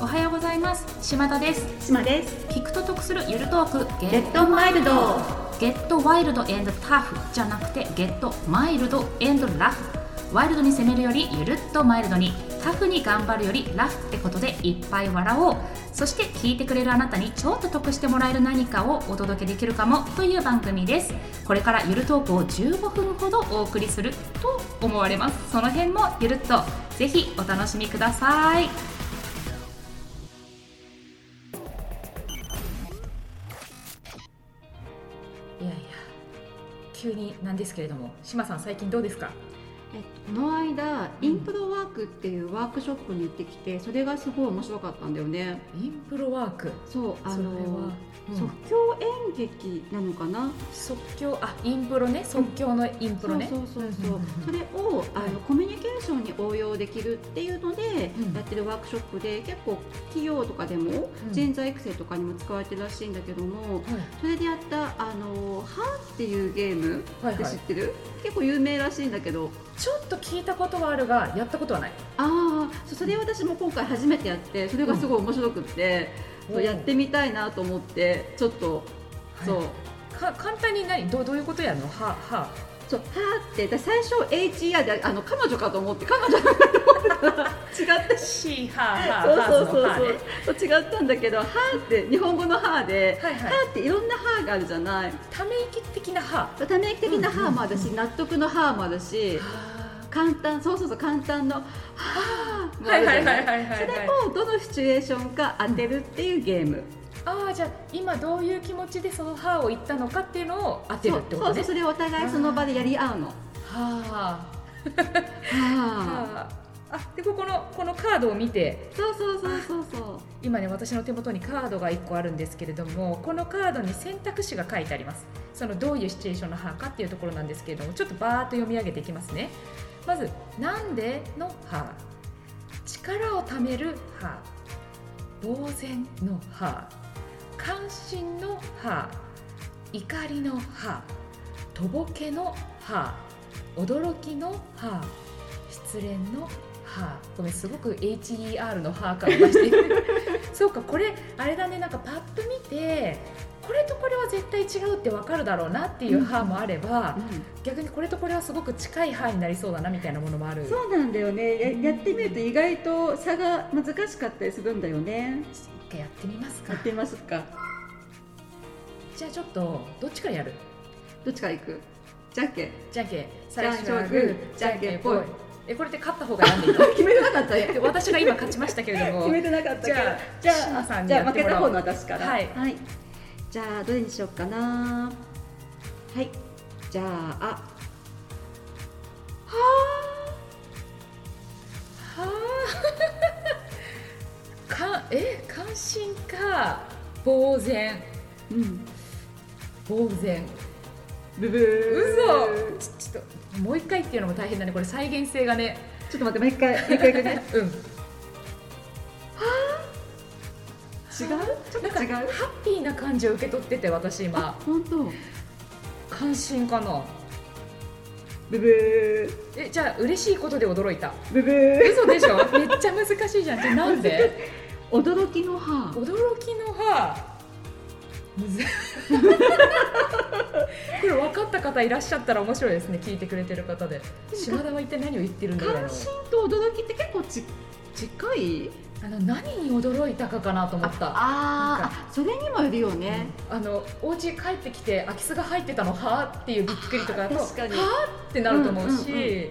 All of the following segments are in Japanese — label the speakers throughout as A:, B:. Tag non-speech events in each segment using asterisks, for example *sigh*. A: おはようございます島田です
B: 島です
A: 聞くと得するゆるトーク
B: ゲットマイルド
A: ゲットワイルドエンドタフじゃなくてゲットマイルドエンドラフワイルドに攻めるよりゆるっとマイルドにタフに頑張るよりラフってことでいっぱい笑おうそして聞いてくれるあなたにちょっと得してもらえる何かをお届けできるかもという番組ですこれからゆるトークを15分ほどお送りすると思われますその辺もゆるっとぜひお楽しみくださいいやいや急になんですけれども島さん最近どうですか
B: えっとこの間インプロワークっていうワークショップに行ってきてそれがすごい面白かったんだよね
A: インプロワーク
B: そうあ
A: それは
B: の、
A: うん
B: 即興演劇なのかな
A: 即興あインプロね即興のインプロね、
B: そうそうそう
A: う
B: そうんそれをあ
A: はい
B: のコミュニケーションに応用できるっていうので、
A: うん
B: やってるワークショップで結構企業とかでも
A: うん
B: 人材育成とかにも使われてるらしいんだけども、それでやった「あのハーっていうゲーム
A: はい
B: っ
A: はい
B: て知ってる、結構有名らしいんだけど
A: ちょっと聞いたことはあるがやったことはない
B: ああそそれ私も今回初めてやってそれがすごい面白くって、
A: うん
B: そう
A: おう
B: やってみたいなと思ってちょっと、そう
A: はいか簡単に何どうどういうことやるのはは
B: そうはーって私最初 HER であの彼女かと思って彼女かと思ってたら違って
A: しはは
B: そうそうそう
A: はね
B: そうそう違ったんだけどはーって日本語のはーで、
A: はいはい
B: はーっていろんなはーがあるじゃない
A: ため息的なは
B: ため息的なはーもあるし、納得のはーもあるし簡単そうそうそう簡単のはーもあ
A: はい
B: るじ
A: は
B: ゃ
A: い
B: な
A: はいいはいは
B: そ
A: い
B: れをどのシチュエーションか当てるっていうゲーム、
A: ああじゃあ今どういう気持ちでその歯を言ったのかっていうのを当て
B: そ
A: るっ
B: う
A: てこと
B: そ
A: ね
B: うそれをお互いその場でやり合うのは
A: はあ
B: あ
A: はああでここのこのカードを見て
B: そうそうそうそうそう
A: 今ね私の手元にカードが1個あるんですけれどもこのカードに選択肢が書いてありますそのどういうシチュエーションの歯かっていうところなんですけれどもちょっとバーっと読み上げていきますねまず「なんで?」の歯力をためる歯呆然の歯関心の歯怒りの歯とぼけの歯驚きの歯失恋の歯ごめんすごく HER の歯感がしてるそうかこれあれだねなんかパッと見てこれとこれは絶対違うってわかるだろうなっていう歯もあれば、逆にこれとこれはすごく近い歯になりそうだなみたいなものもある
B: そうなんだよねややってみると意外と差が難しかったりするんだよね
A: 一回やってみますか
B: やってみますか
A: じゃあちょっとどっちからやる
B: どっちから行くじゃんけん
A: じゃんけん
B: 最
A: 最初
B: 初は
A: は
B: グ
A: グ
B: ー
A: ー
B: じ
A: じ
B: ゃ
A: ゃ
B: ん
A: ん
B: け
A: け
B: ん
A: ん
B: ぽ
A: ぽ
B: い
A: いえこれって勝った方が選んでいいの
B: 決めてなか *laughs* ったね
A: で私が今勝ちましたけれども
B: *laughs* 決めてなかったから
A: じゃあ志麻さんに
B: じゃあ
A: やっ
B: 負
A: て
B: け
A: も
B: た
A: ら
B: 方
A: おう
B: の私から
A: はい
B: じゃあどれにしようかなはいじゃああは
A: はあかえ関心か呆然
B: ーうん
A: 呆然
B: ブブー
A: 嘘ちちょっともう一回っていうのも大変だねこれ再現性がね
B: ちょっと待ってもう一回もう一回いくね
A: うん
B: *laughs* 違うちょっと違う
A: なんかハッピーな感じを受け取ってて私今
B: 本当
A: 関心かな
B: ブブ
A: えじゃあ嬉しいことで驚いた
B: ーブブー
A: 嘘で
B: *laughs*
A: しょめっちゃ難しいじゃんじゃあなんで
B: 驚きの歯
A: 驚きの歯む
B: *laughs*
A: ずこれ分かった方いらっしゃったら面白いですね聞いてくれてる方で島田は一体何を言ってるんだろう
B: 関心と驚きって結構ち近い
A: あの何に驚いたかかなと思ったあ
B: あーあそれにもよるよね、
A: のお家帰ってきて空き巣が入ってたのはっていうびっくりとかだと
B: あ
A: は
B: 確かに
A: ってなると思うし、
B: うんうん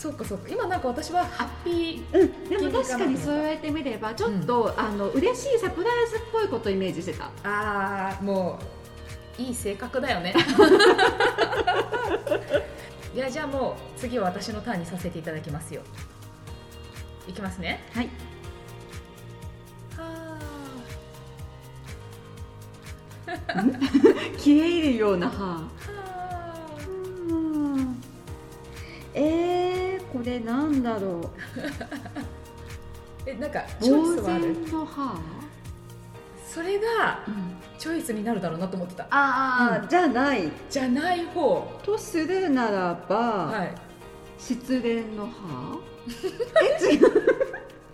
A: そうかそうか今なんか私はハッピー
B: うん、でも確かにそう言われてみればちょっと、あの嬉しいサプライズっぽいことをイメージしてた
A: あーもういい性格だよね *laughs* いやじゃあもう次は私のターンにさせていただきますよいきますね
B: はい
A: は
B: 消え入るような歯
A: ーはー
B: えー、これなんだろ
A: えなんか
B: う
A: チョイス
B: 呆
A: はある
B: 然の歯、
A: それが
B: うん
A: チョイスになるだろうなと思ってた
B: あー、
A: う
B: じゃない
A: じゃない方
B: とするならば、
A: はい
B: 失恋の歯え違う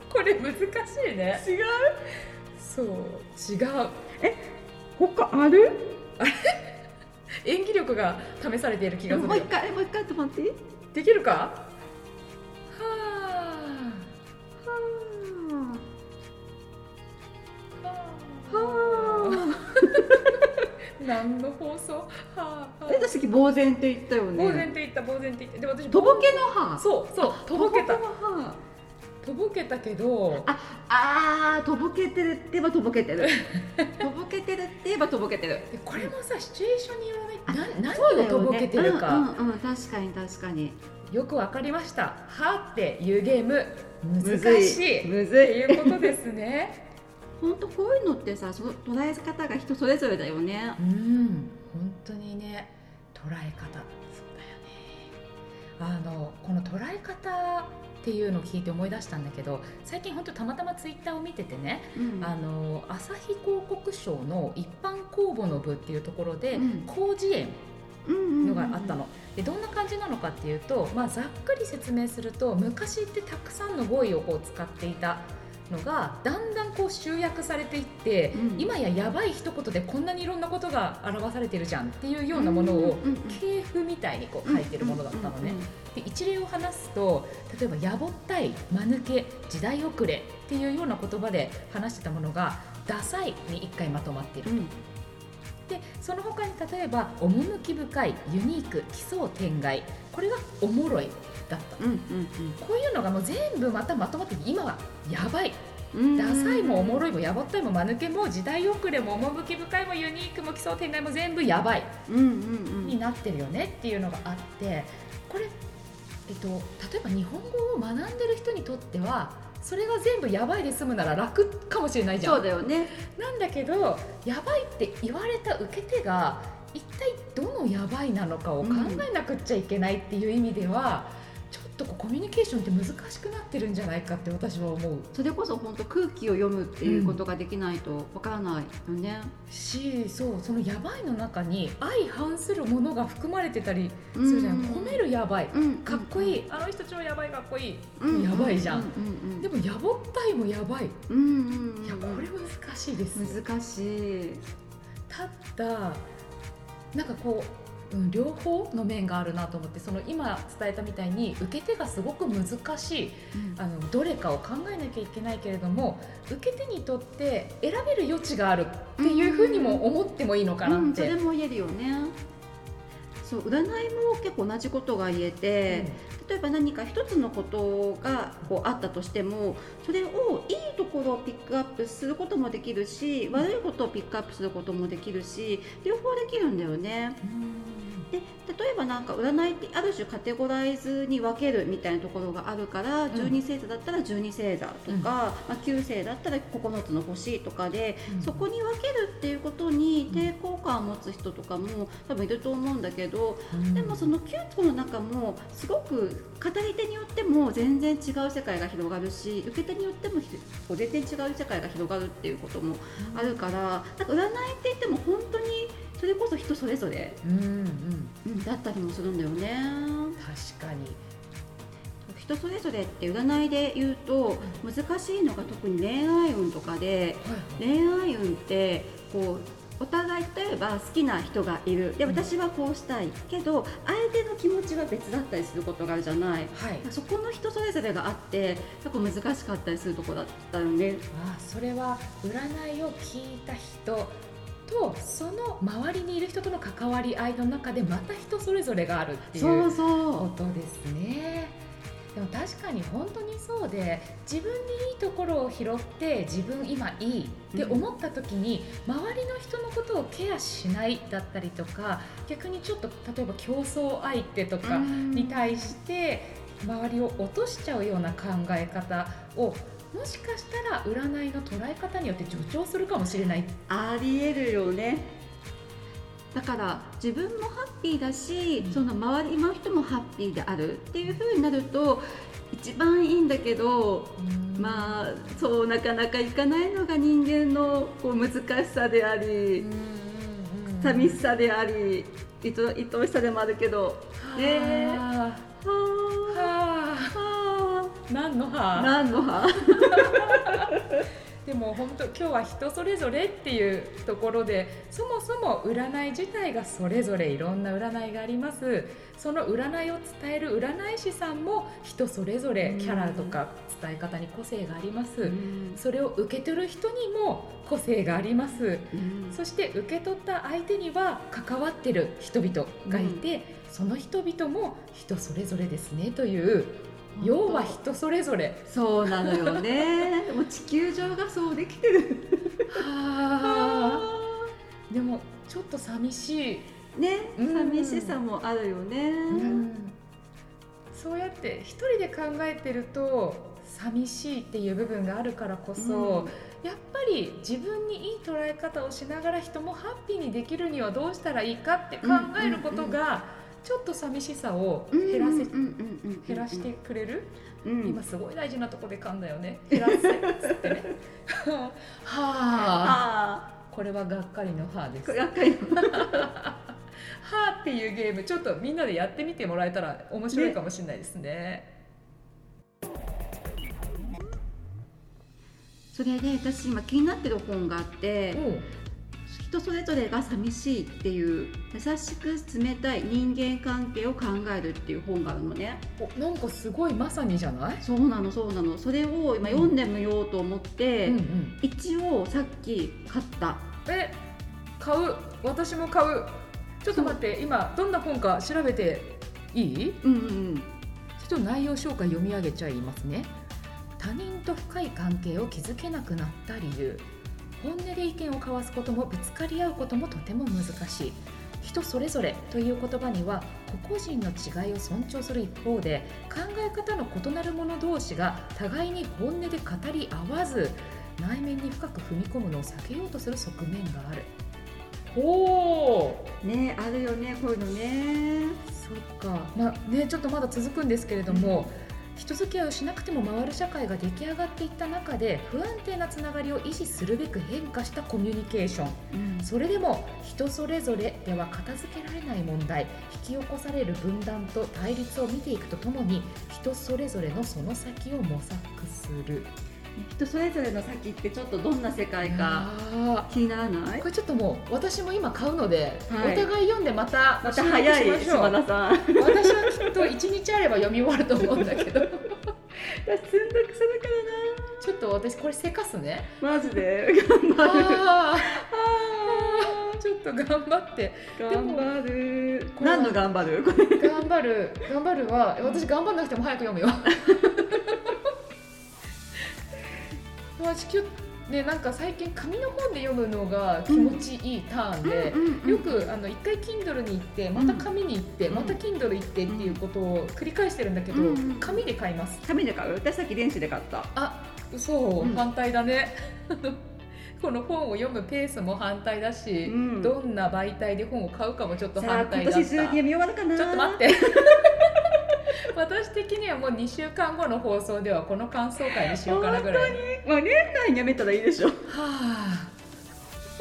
A: これれ難しいね
B: 違う
A: そう違う
B: 他ある
A: 演技力が試されている気がする
B: もう一
A: よ
B: 回もう一回止まって
A: できるかはあ
B: はあ
A: は
B: はあ
A: あ何の放送はあはあ
B: え私呆然って言ったよね
A: 呆然って言った呆然って言ってで私
B: とぼけの歯
A: そうそうとぼけた
B: の歯
A: とぼけたけど
B: ああーとぼけてるって言えばとぼけて
A: *laughs*
B: るとぼけてるって言えばとぼけてる
A: でこれもさシチュエーションによらないな
B: そう
A: 何を
B: だよ
A: と
B: ね
A: ぼけてるかよ,、
B: うんうんうん、確かに確かに
A: くわかりました「は」っていうゲーム難しいっ
B: むず
A: ていうことですね
B: 本当こういうのってさその捉え方が人それぞれだよね
A: うん本当にね捉え方そうだよねあのこの捉え方っていうのを聞いて思い出したんだけど最近本当たまたまツイッターを見ててね
B: うん
A: あの朝日広告賞の一般公募の部っていうところで
B: うん
A: 広辞苑
B: うんうんうん
A: のがあったの、でどんな感じなのかっていうと、まあ、ざっくり説明すると昔ってたくさんの語彙をこう使っていたのがだんだんこう集約されていって、
B: うん
A: 今ややばい一言でこんなにいろんなことが表されてるじゃんっていうようなものを
B: うんうん
A: 系譜みたいにこう書いてるものだったのね。で一例を話すと例えば「やぼったい」「間抜け」「時代遅れ」っていうような言葉で話してたものが「ダサい」に一回まとまっている
B: う。んうん
A: でその他に例えば「趣深い」「ユニーク」「奇想天外」これが「おもろい」だった
B: うん
A: こういうのがもう全部またまとまって今はやばい
B: うんうん
A: ダサいもおもろ
B: い、
A: いもやぼったいも間抜けも時代遅れも趣深いもユニークも奇想天外も全部やばい
B: うんうん
A: になってるよねっていうのがあってこれ、えっと、例えば日本語を学んでる人にとってはそれが全部やばいで済むなら楽かもしれな
B: う
A: い
B: ん、
A: じゃん
B: そうだよね
A: なんだけどやばいって言われた受け手が一体どのやばいなのかを考えなくっちゃいけないっていう意味では、ちょっとこうコミュニケーションって難しくなってるんじゃないかって私は思う
B: それこそ本当空気を読むっていうことができないとわからないよね、
A: しそうそのやばいの中に相反するものが含まれてたり
B: う
A: するじゃない、ん、褒めるやばい。
B: うん
A: かっこいい、あの人超やばいかっこいい、
B: うん
A: やばいじゃん
B: うんうんうん、
A: でもやぼったいもやばい、
B: うんうんうん、
A: いやこれ難しいです、
B: 難しい、
A: ただなんかこう、うん、両方の面があるなと思ってその今伝えたみたいに受け手がすごく難しいあのどれかを考えなきゃいけないけれども受け手にとって選べる余地があるっていうふうにも思ってもいいのかな
B: う
A: っ
B: ん、そ
A: て。
B: れも言えるよねそう占いも結構同じことが言えて、例えば何か一つのことがこうあったとしてもそれをいいところをピックアップすることもできるし悪いことをピックアップすることもできるし両方できるんだよね。
A: うん
B: で例えばなんか占いってある種カテゴライズに分けるみたいなところがあるから
A: ん
B: 12星座だったら12星座と
A: う
B: か、
A: ん
B: まあ、9星だったら9つの星とかで
A: うん
B: そこに分けるっていうことに抵抗感を持つ人とかも多分いると思うんだけど
A: うん
B: でもその9個の中もすごく語り手によっても全然違う世界が広がるし受け手によってもひこう全然違う世界が広がるっていうこともあるからなんか占いって言っても本当にそれこそ人それぞれ、
A: うんうん
B: うん、だったりもするんだよね。
A: 確かに
B: 人それぞれって占いで言うと難しいのが特に恋愛運とかで恋愛運ってこうお互い例えば好きな人がいるで
A: うん
B: 私はこうしたいけど相手の気持ちは別だったりすることがあるじゃない
A: はい
B: そこの人それぞれがあって結構難しかったりするとこだったよね
A: あそれは占いを聞いた人とその周りにいる人との関わり合いの中でまた人それぞれがあるってい
B: そううそ
A: ことですね。でも確かに本当にそうで自分にいいところを拾って自分今いいって思った時に、周りの人のことをケアしないだったりとか逆にちょっと例えば競争相手と
B: う
A: か、に対して周りを落としちゃうような考え方をもしかしたら占いの捉え方によって助長するかもしれない。
B: ありえるよねだから自分もハッピーだし、
A: うん
B: その周りの人もハッピーであるっていう風になると一番いいんだけど
A: あ、
B: まあそうなかなかいかないのが人間のこう難しさであり、寂し
A: さ
B: さでありいと愛おしさでもあるけどねえ
A: は
B: は
A: あ、はあ、
B: あは
A: 何の
B: あ
A: は
B: 何のは
A: でも本当今日は人それぞれっていうところでそもそも占い自体がそれぞれいろんな占いがありますその占いを伝える占い師さんも人それぞれキャラとか伝え方に個性があります、
B: うん
A: それを受け取る人にも個性があります
B: うん
A: そして受け取った相手には関わってる人々がいて、その人々も人それぞれですねという要は人それぞれ
B: そうなのよね *laughs* もう地球上がそうできてる
A: でもちょっと寂しい、
B: ね
A: うん
B: 寂しさもあるよね、
A: そうやって一人で考えてると寂しいっていう部分があるからこそ、やっぱり自分にいい捉え方をしながら人もハッピーにできるにはどうしたらいいかって考えることがちょっと寂しさを
B: うん
A: 減らせ、
B: うんうんうんうん
A: 減らしてくれる、
B: うん
A: 今すごい大事なとこで噛んだよ
B: *laughs*
A: ね減らせっつってね *laughs* はあ
B: あ
A: これはがっかりの「は」で
B: あ
A: す。
B: やっぱり
A: はーっていうゲームちょっとみんなでやってみてもらえたら面白いかもしれないですね。
B: それで私今気になってる本があって、人それぞれが寂しいっていう優しく冷たい人間関係を考えるっていう本があるのね
A: おおなんかすごいまさにじゃない、
B: そうなのそうなのそれを今
A: うん
B: 読んでみようと思って、
A: うんうん、
B: 一応さっき買った
A: え買う私も買うちょっと待って今どんな本か調べていい
B: うんうん
A: ちょっと内容紹介読み上げちゃいますね他人と深い関係を築けなくなった理由本音で意見を交わすこともぶつかり合うこともとても難しい人それぞれという言葉には個々人の違いを尊重する一方で考え方の異なる者同士が互いに本音で語り合わず内面に深く踏み込むのを避けようとする側面があるほう
B: うんねあるよねこういうのね
A: そっか、まあね、ちょっとまだ続くんですけれども、人付き合いをしなくても回る社会が出来上がっていった中で不安定なつながりを維持するべく変化したコミュニケーション
B: うん
A: それでも人それぞれでは片付けられない問題引き起こされる分断と対立を見ていくとともに人それぞれのその先を模索する
B: 人それぞれの先ってちょっとどんな世界か
A: あ
B: 気にならな
A: ー
B: い
A: これちょっともう私も今買うので、
B: はい
A: お互い読んでまた
B: また早
A: 収録
B: い
A: しましょう
B: 島田さん私
A: 私はきっと1日あれば読み終わると思うんだけ
B: *laughs*
A: ど
B: 積んどくそだから
A: ちょっと私これせかすね
B: なマジで頑
A: あ
B: 張る
A: ーちょっと頑張って
B: 頑張る
A: これは
B: 何の頑張るこれ
A: 頑張る頑張るは私頑張んなくても早く読むよ私きゅねなんか最近紙の本で読むのが気持ちいいターンで、よくあの1回 Kindle に行ってまた紙に行って、
B: うん
A: また Kindle 行ってっていうことを繰り返してるんだけど、
B: うんうん
A: 紙で買います
B: 紙で買う私さっき電子で買った
A: あそう、
B: うん
A: 反対だね *laughs* この本を読むペースも反対だし、
B: うん
A: どんな媒体で本を買うかもちょっと
B: さあ
A: 反
B: 今
A: 対だった
B: 年中
A: ち
B: に
A: ょ
B: 読み終わるかな
A: っと待って *laughs* 私的にはもう2週間後の放送ではこの感想会にしようかなぐらいは
B: まあ、年内にやめたらいいでしょ
A: あ *laughs*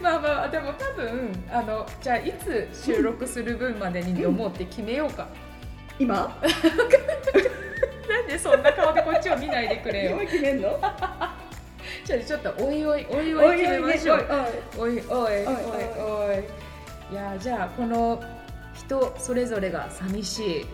A: まあまあでも多分あのじゃあいつ収録する分までに読もうって決めようか、
B: 今
A: なんでそんな顔でこっちを見ないでくれよ
B: 今決めんの
A: *laughs* じゃあちょっとおいおいおいおい決めましょう
B: おいおい
A: おいおいおいおい
B: おい
A: いやーじゃあこの人それぞれが寂しい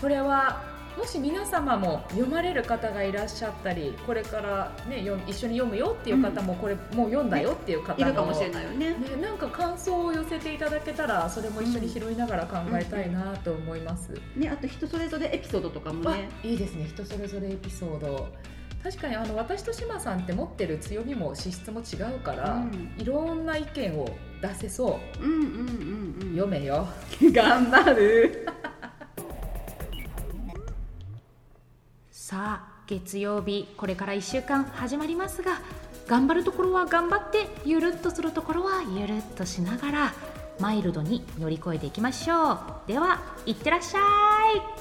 A: これはもし皆様も読まれる方がいらっしゃったりこれから、ね、よ一緒に読むよっていう方もこれ、もう読んだよっていう方
B: いるかもしれ
A: い
B: ないよね
A: ね、なんか感想を寄せていただけたらそれも一緒に拾いながら考えたいなと思います、
B: ねあと人それぞれエピソードとかも
A: わ
B: ね
A: いいですね人それぞれエピソード確かにあの私と志麻さんって持ってる強みも資質も違うから、
B: うん
A: いろんな意見を出せそ
B: うんうん
A: う
B: うん
A: 読めよ
B: うん頑張る
C: さあ月曜日これから1週間始まりますが頑張るところは頑張ってゆるっとするところはゆるっとしながらマイルドに乗り越えていきましょうではいってらっしゃい